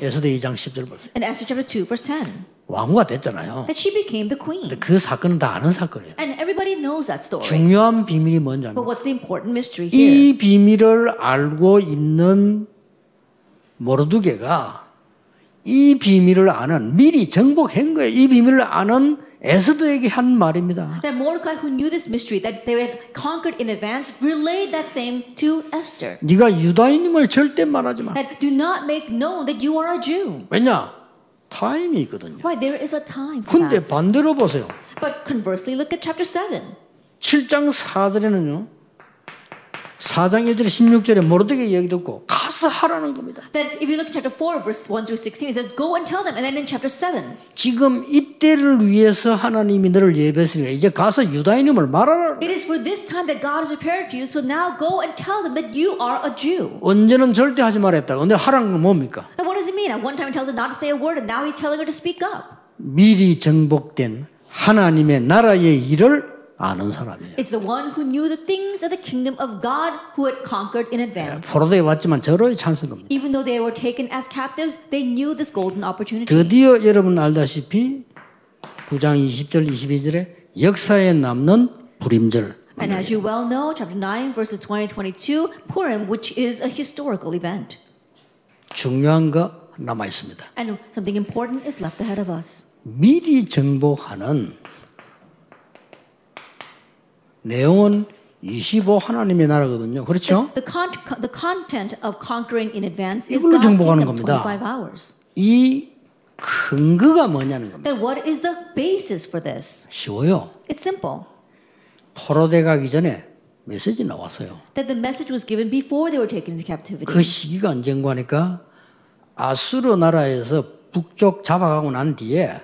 A: 에스더 2장 10절 보세요.
B: in Esther chapter 2, verse 10,
A: 왕후가 됐잖아요.
B: that she became the queen.
A: 근데 그 사건은 다 아는 사건이에요.
B: And everybody knows that story.
A: 중요한 비밀이 뭔지
B: But
A: 압니까?
B: what's the important mystery here?
A: 이 비밀을 알고 있는 모르두개가 이 비밀을 아는 미리 정복한 거예요. 이 비밀을 아는 에스더에게 한 말입니다.
B: That Mordecai, who knew this mystery that they had conquered in advance, relayed that same to Esther.
A: 네가 유다인임을 절대 말하지 마.
B: That do not make known that you are a Jew.
A: 왜냐? 타임이 있거든요.
B: Why there is a time for
A: 근데
B: that.
A: 반대로 보세요.
B: But conversely, look at chapter seven.
A: 7장 4절에는요. 4장 1절 16절에 모르드게 이야기 듣고 가서 하라는 겁니다.
B: That if you look at chapter four, verse one through sixteen, it says, "Go and tell them." And then in chapter seven,
A: 지금 이때를 위해서 하나님이 너를 예배했으니까 이제 가서 유다인임을 말하라.
B: it is for this time that God has prepared you. So now go and tell them that you are a Jew.
A: 언제는 절대 하지 말랬다. 근데 하라는 건 뭡니까?
B: And what does it mean? At one time, he tells her not to say a word, and now he's telling her to speak up.
A: 미리 정복된 하나님의 나라의 일을 아는 사람이에요.
B: It's the one who knew the things of the kingdom of God who had conquered in advance.
A: 포로대에 왔지만 절호의 찬성 겁니다.
B: Even though they were taken as captives, they knew this golden opportunity.
A: 드디어 여러분 알다시피 9장 20절 22절에 역사에 남는 불임절.
B: And as you well know, chapter 9, verses 20 22, Purim, which is a historical event.
A: 중요한 거 남아 있습니다.
B: And something important is left ahead of us.
A: 미리 정복하는 내용은 25 하나님의 나라거든요. 그렇죠?
B: The, con- the content of conquering in advance is
A: 이걸로
B: God's
A: 정복하는
B: kingdom,
A: 겁니다.
B: 25 hours.
A: 이 근거가 뭐냐는 겁니다.
B: Then what is the basis for this?
A: 쉬워요.
B: It's simple.
A: 포로대 가기 전에 메시지 나왔어요.
B: That the message was given before they were taken into captivity.
A: 그 시기가 언젠가 하니까 아수르 나라에서 북쪽 잡아가고 난 뒤에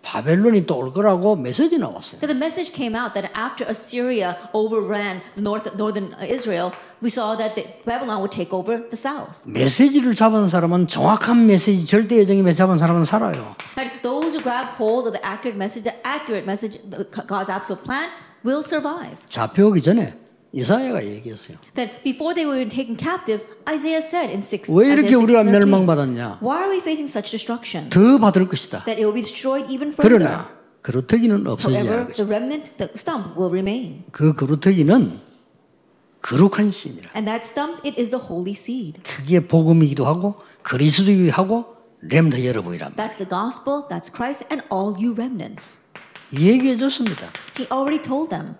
A: 바벨론이 또 올 거라고 메시지 나왔어요.
B: That a message came out that after Assyria overran the north, northern Israel, we saw that the, Babylon would take over the south.
A: 메시지를 잡은 사람은 정확한 메시지, 절대 예정의 메시지 잡은 사람은 살아요.
B: And those who grab hold of the accurate message, the accurate message, the- God's absolute plan, will survive.
A: 잡혀오기 전에 이사야가 얘기했어요.
B: That before they were taken captive, Isaiah said in 6
A: 왜 이렇게
B: Isaiah 6,
A: 우리가
B: 13,
A: 멸망받았냐?
B: Why are we facing such destruction?
A: 더 받을 것이다.
B: That it will be destroyed even further.
A: 그러나 그루터기는 없어지지 않을
B: However,
A: 것이다.
B: the remnant, the stump will remain.
A: 그 그루터기는 거룩한 신이라.
B: And that stump, it is the holy seed.
A: 그게 복음이기도 하고 그리스도이기도 하고 렘더 여러분이란 말.
B: That's the gospel, that's Christ, and all you remnants.
A: 얘기해 줬습니다.
B: He already told them.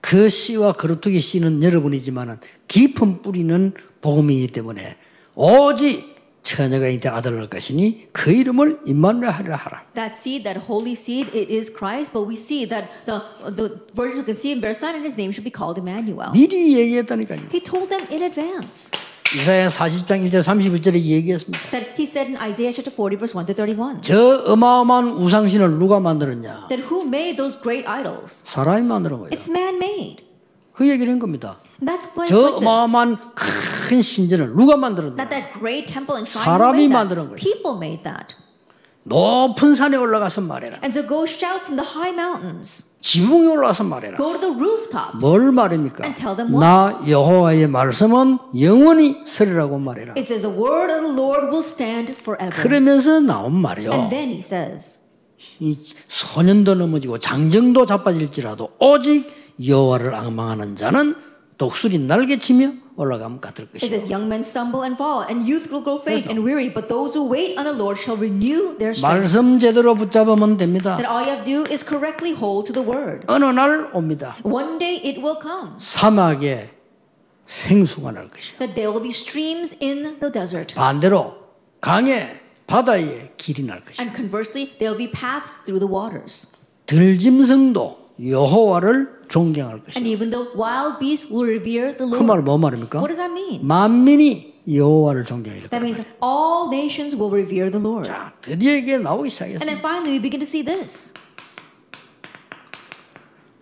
A: 그 씨와 그루터기 씨는 여러분이지만 깊은 뿌리는 복음이기 때문에 오직 처녀가 잉태 아들을 낳을 것이니 그 이름을 임마누엘 하라.
B: That seed, that holy seed, it is Christ, but we see that the, the virgin shall conceive and bear a son, and his name should be called Emmanuel.
A: 미리 얘기했다니까요.
B: He told them in advance
A: 이사야 40장 1절 31절에 얘기했습니다.
B: that he said in Isaiah chapter 40, verse 1 to 31,
A: 저 어마어마한 우상신을 누가 만들었냐?
B: that who made those great idols?
A: 사람이 만드는 거예요.
B: It's man made.
A: 그 얘기를 한 겁니다.
B: And that's why it's
A: 저
B: like this.
A: 어마어마한 큰 신전을 누가 만들었냐?
B: That that great temple and shrine who
A: 사람이
B: made
A: 만드는 거예요.
B: that. people made that.
A: 높은 산에 올라가서 말해라.
B: And so go shout from the high mountains,
A: 지붕에 올라가서 말해라.
B: go to the rooftops.
A: 뭘 말입니까?
B: And tell them what?
A: 나 여호와의 말씀은 영원히 서리라고 말해라.
B: It says the word of the Lord will stand forever.
A: 그러면서 나온
B: And
A: 말이요.
B: then he says,
A: 이 소년도 넘어지고 장정도 자빠질지라도 오직 여호와를 악망하는 자는 독수리 날개치며 올라감 같을
B: it
A: 것이요.
B: says young men stumble and fall, and youth will grow faint and weary, but those who wait on the Lord shall renew their strength.
A: 말씀 제대로 붙잡으면 됩니다.
B: That all you have to do is correctly hold to the word.
A: 어느 날 옵니다.
B: One day it will come
A: 사막에 생수가 날 것이요.
B: that there will be streams in the desert,
A: 반대로 강에 바다에 길이 날 것이요.
B: and conversely there will be paths through the waters.
A: 들짐승도 여호와를 존경할 것이요.
B: And even the wild beasts will revere the
A: 그 말
B: Lord.
A: 뭐 말입니까?
B: What does that mean?
A: 만민이 여호와를 존경해라.
B: That means all nations will revere the Lord.
A: 자, 드디어 이게 나오기
B: And
A: 시작했습니다.
B: then finally we begin to see this.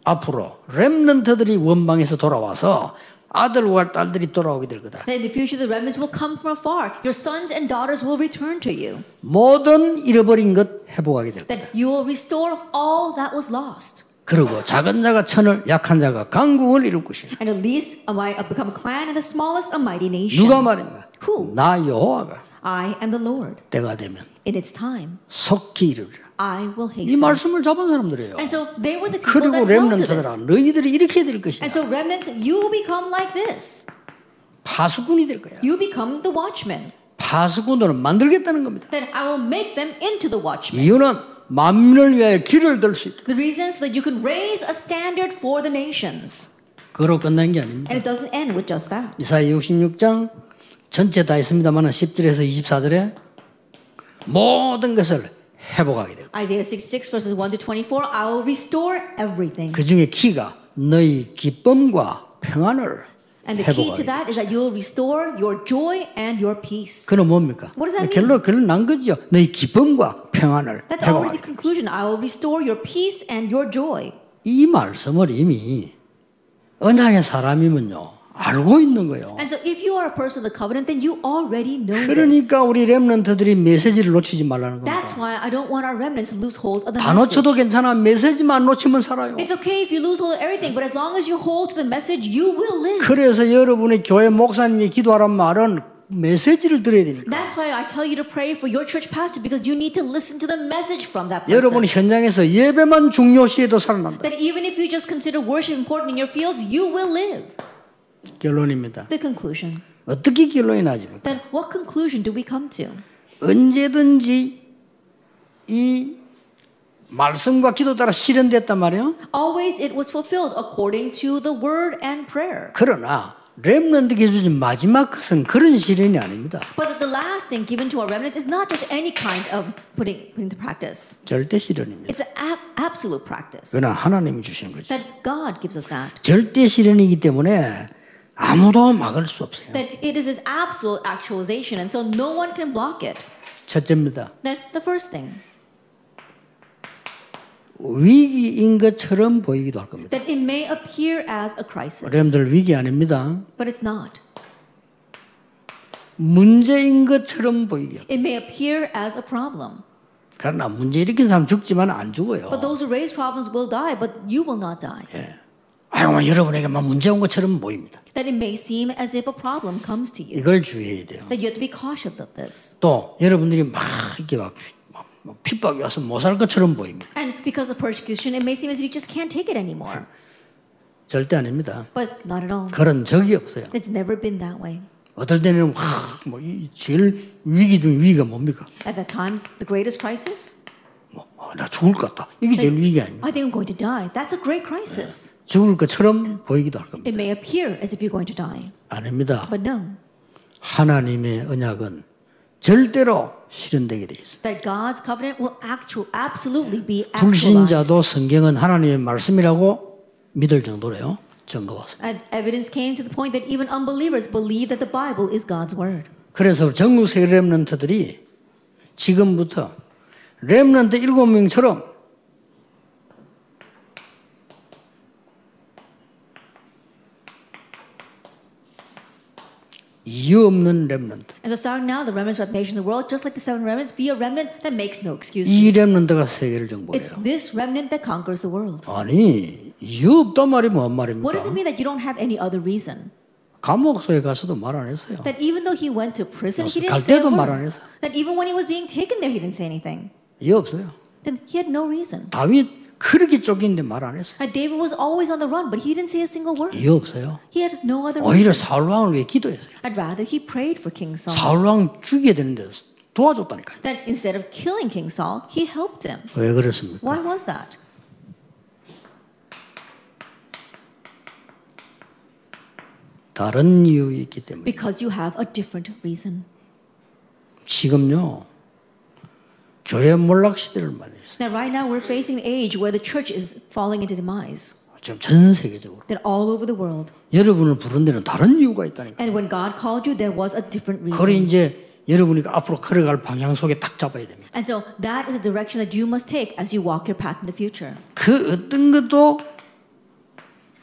A: 앞으로 렘넌트들이 원망에서 돌아와서 아들과 딸들이 돌아오게 될 거다.
B: That in the future the remnants will come from afar. Your sons and daughters will return to you.
A: 모든 잃어버린 것 회복하게 될 거다.
B: That you will restore all that was lost.
A: 그리고 작은 자가 천을, 약한 자가 강국을 이룰 것이다.
B: And the least a mi- become a clan and the smallest a mighty nation.
A: 누가 말인가?
B: Who?
A: 나 여호와가
B: I am the Lord.
A: 때가 되면
B: In its time,
A: 속히 이르리라.
B: I will
A: 이
B: hasten.
A: 말씀을 잡은 사람들이에요.
B: And so they were the people
A: 그리고
B: that held to
A: 렘넌트들아
B: this.
A: 너희들이 이렇게 될
B: And
A: 것이다.
B: so remnants, you will become like this.
A: 파수꾼이 될 거야.
B: You become the watchman.
A: 파수꾼들을 만들겠다는 겁니다.
B: Then I will make them into the watchmen.
A: 이유는 만민을 위하여 길을 들 수 있다.
B: The reasons that you can raise a standard for the nations.
A: 그로 끝난 게 아닙니다.
B: And it doesn't end with just that.
A: 이사야 66장 전체 다 있습니다만 10절에서 24절에 모든 것을 회복하게 됩니다.
B: Isaiah 66 verses 1 to 24, I will restore everything.
A: 그 중에 키가 너희 기쁨과 평안을
B: And the key to
A: 회복하게 됩니다.
B: that is that you will restore your joy and your peace.
A: 그는 뭡니까? 네,
B: What does that mean?
A: 결론 결론 난 거지요. 너희 기쁨과 평안을
B: That's already
A: 회복하게 됩니다.
B: the conclusion. I will restore your peace and your joy.
A: 이 말씀을 이미 언약의 사람이면요 알고 있는 거예요.
B: And so if you are a person of the covenant, then you already know this.
A: 그러니까 우리 렘넌트들이 메시지를 놓치지 말라는 겁니다.
B: That's why I don't want our remnants to lose hold of the
A: 다
B: message.
A: 놓쳐도 괜찮아. 메시지만 놓치면 살아요.
B: It's okay if you lose hold of everything, but as long as you hold to the message, you will live.
A: 그래서 여러분의 교회 목사님이 기도하란 말은 메시지를 들어야 되니까.
B: That's why I tell you to pray for your church pastor because you need to listen to the message from that person.
A: 여러분 현장에서 예배만 중요시해도 살아난다.
B: that even if you just consider worship important in your fields, you will live.
A: 결론입니다.
B: The conclusion.
A: 어떻게 결론이 나지? 뭐?
B: Then what conclusion do we come to?
A: 언제든지 이 말씀과 기도 따라 실현됐단 말이에요.
B: Always it was fulfilled according to the word and prayer.
A: 그러나 렘넌트에게 주신 마지막 것은 그런 실현이 아닙니다.
B: But that the last thing given to our remnants is not just any kind of putting, putting to practice.
A: 절대 실현입니다.
B: It's an ab- absolute practice
A: 그러나 하나님이 주시는 거죠.
B: that God gives us that.
A: 절대 실현이기 때문에 아무도 막을 수 없어요.
B: That it is His absolute actualization, and so no one can block it.
A: 첫째입니다.
B: That the first thing
A: 위기인 것처럼 보이기도 할 겁니다.
B: that it may appear as a crisis,
A: 여러분들 위기 아닙니다.
B: but it's not.
A: 문제인 것처럼 보이게.
B: It may appear as a problem,
A: 그러나 문제 일으킨 사람 죽지만 안
B: but
A: 죽어요.
B: those who raise problems will die, but you will not die.
A: 아유, 뭐 여러분에게 막 문제 온 것처럼 보입니다.
B: That it may seem as if a problem comes to you.
A: 이걸 주의해야 돼요.
B: That you have to be cautious of this.
A: 또 여러분들이 막 이렇게 막, 막막 핍박이 와서 못 살 것처럼 보입니다.
B: And because of persecution, it may seem as if you just can't take it anymore.
A: 절대 아닙니다.
B: But not at all.
A: 그런 적이 없어요.
B: It's never been that way.
A: 어떨 때는 하, 뭐이 제일 위기 중 위기가 뭡니까?
B: At the times, the greatest crisis,
A: 뭐, 아, 나 죽을 것 같다. 이게 제일 위기 아닙니까?
B: I think I'm going to die. That's a great crisis.
A: 죽을 것처럼 보이기도 할 겁니다.
B: It may appear as if you're going to die,
A: 아닙니다.
B: but no.
A: 하나님의 언약은 절대로 실현되게 되어 있습니다.
B: that God's covenant will actual, absolutely be actualized.
A: 불신자도 성경은 하나님의 말씀이라고 믿을 정도로요. 증거왔습니다.
B: And evidence came to the point that even unbelievers believe that the Bible is God's word.
A: 그래서 전국 세계 렘런트들이 지금부터 렘런트 일곱 명처럼 이유 없는 렘런트.
B: And so starting now, the remnants of the nation of the world, just like the seven remnants, be a remnant that makes no excuses.
A: 이 렘런트가 세계를
B: It's
A: 정복해요.
B: this remnant that conquers the world.
A: 아니 이유 없단 말이 뭔
B: What does
A: 말입니까?
B: it mean that you don't have any other reason?
A: 감옥소에 가서도 말 안 했어요.
B: That even though he went to prison, he
A: 갈
B: didn't say a
A: 때도 말안
B: word.
A: 했어.
B: That even when he was being taken there, he didn't say anything.
A: 이유 없어요.
B: Then he had no reason.
A: 다윗 그렇게 쫓기는데 말 안 했어요.
B: And David was always on the run, but he didn't say a single word.
A: 이유 없어요.
B: He had no other
A: 오히려
B: reason.
A: 사울 왕을 위해 기도했어요.
B: I'd rather he prayed for King Saul.
A: 사울 왕 죽여야 되는데 도와줬다니까요.
B: that instead of killing King Saul, he helped him.
A: 왜 그랬습니까?
B: Why was that?
A: 다른 이유 있기 때문에.
B: Because you have a different reason.
A: 지금요 교회 몰락 시대를 맞이했어요.
B: Now, right now, we're facing an age where the church is falling into demise.
A: 지금 전 세계적으로
B: They're all over the world.
A: 여러분을 부른 데는 다른 이유가 있다니까.
B: And when God called you, there was a different
A: 그걸
B: reason.
A: 이제 여러분이 앞으로 걸어갈 방향 속에 딱 잡아야 됩니다.
B: And so that is a direction that you must take as you walk your path in the future.
A: 그 어떤 것도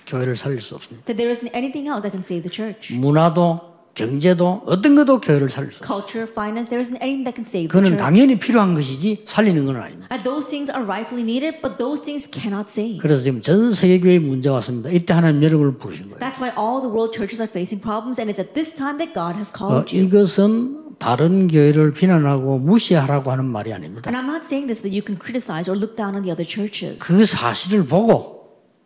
A: 교회를 살릴 수 없습니다.
B: That there isn't anything else that can save the church.
A: 문화도 경제도 어떤 것도 교회를 살릴 수 없습니다.
B: Culture, finance, there isn't anything that can save the
A: 그는
B: church.
A: 당연히 필요한 것이지 살리는 건 아닙니다.
B: And those things are rightfully needed, but those things cannot save.
A: 그래서 지금 전 세계 교회 문제 왔습니다. 이때 하나님 여러분을 부르신 거예요.
B: That's why all the world churches are facing problems, and it's at this time that God
A: 어,
B: has called you.
A: 이것은 다른 교회를 비난하고 무시하라고 하는 말이 아닙니다.
B: And I'm not saying this so that you can criticize or look down on the other churches.
A: 그 사실을 보고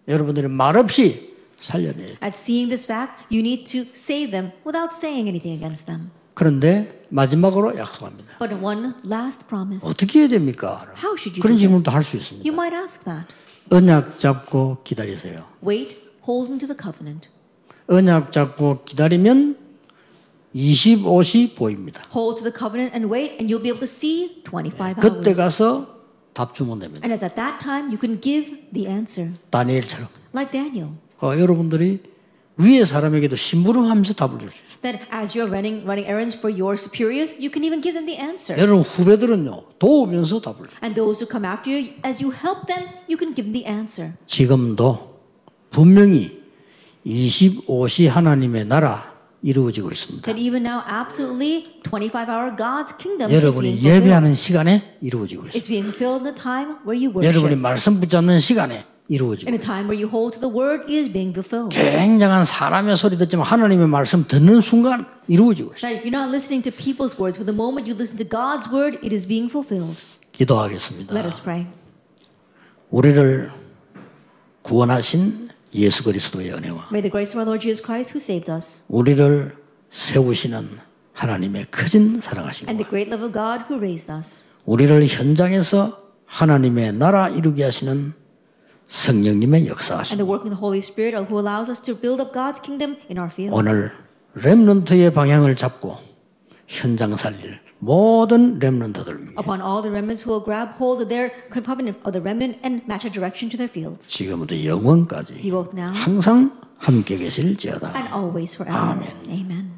A: 여러분들이 말없이 살려내요.
B: At seeing this fact, you need to save them without saying anything against them.
A: 그런데 마지막으로 약속합니다.
B: But one last promise.
A: 어떻게 해야 됩니까?
B: How should you
A: 그런
B: do
A: 질문도 할
B: this?
A: 수 있습니다.
B: You might ask that.
A: 언약 잡고 기다리세요.
B: Wait, hold him to the covenant.
A: 언약 잡고 기다리면 25시 보입니다.
B: Hold to the covenant and wait, and you'll be able to see 25
A: 그때
B: hours.
A: 가서 답 주면 됩니다.
B: And it's at that time you can give the answer,
A: 다니엘처럼.
B: like Daniel.
A: 그러니까 여러분들이 위에 사람에게도 심부름하면서 답을 줄 수 있어요.
B: That as you're running running errands for your superiors, you can even give them the answer.
A: 여러분 후배들은요 도우면서 답을 줘.
B: And those who come after you, as you help them, you can give them the answer.
A: 지금도 분명히 25시 하나님의 나라 이루어지고 있습니다.
B: that even now, absolutely, 25 hour God's kingdom is being
A: 여러분이
B: fulfilled.
A: 예배하는 시간에 이루어지고 있습니다. 예.
B: It's being filled in the time where you
A: 여러분이
B: worship.
A: 말씀 붙잡는 시간에 이루어지고
B: In a time where you hold to the word is being fulfilled.
A: 굉장한 사람의 소리 듣지만 하나님의 말씀 듣는 순간 이루어지고 있어요.
B: That you're not listening to people's words, but the moment you listen to God's word, it is being fulfilled. Let
A: 기도하겠습니다.
B: us pray.
A: 우리를 구원하신 예수 그리스도의 은혜와
B: May the grace of our Lord Jesus Christ, who saved us,
A: 우리를 세우시는 하나님의 크신
B: and the
A: 사랑하심과
B: great love of God, who raised us,
A: 우리를 현장에서 하나님의 나라 이루게 하시는 성령님의
B: and
A: 역사하심
B: the work of the Holy Spirit, who allows us to build up God's kingdom in our fields.
A: 오늘 렘넌트의 방향을 잡고 현장 살릴 모든 렘넌트들 위해
B: Upon all the remnants who will grab hold of their covenant of the remnant and match a direction to their fields.
A: 지금부터 영원까지
B: Be both now
A: 항상 함께 계실지어다.
B: and always forever. Amen.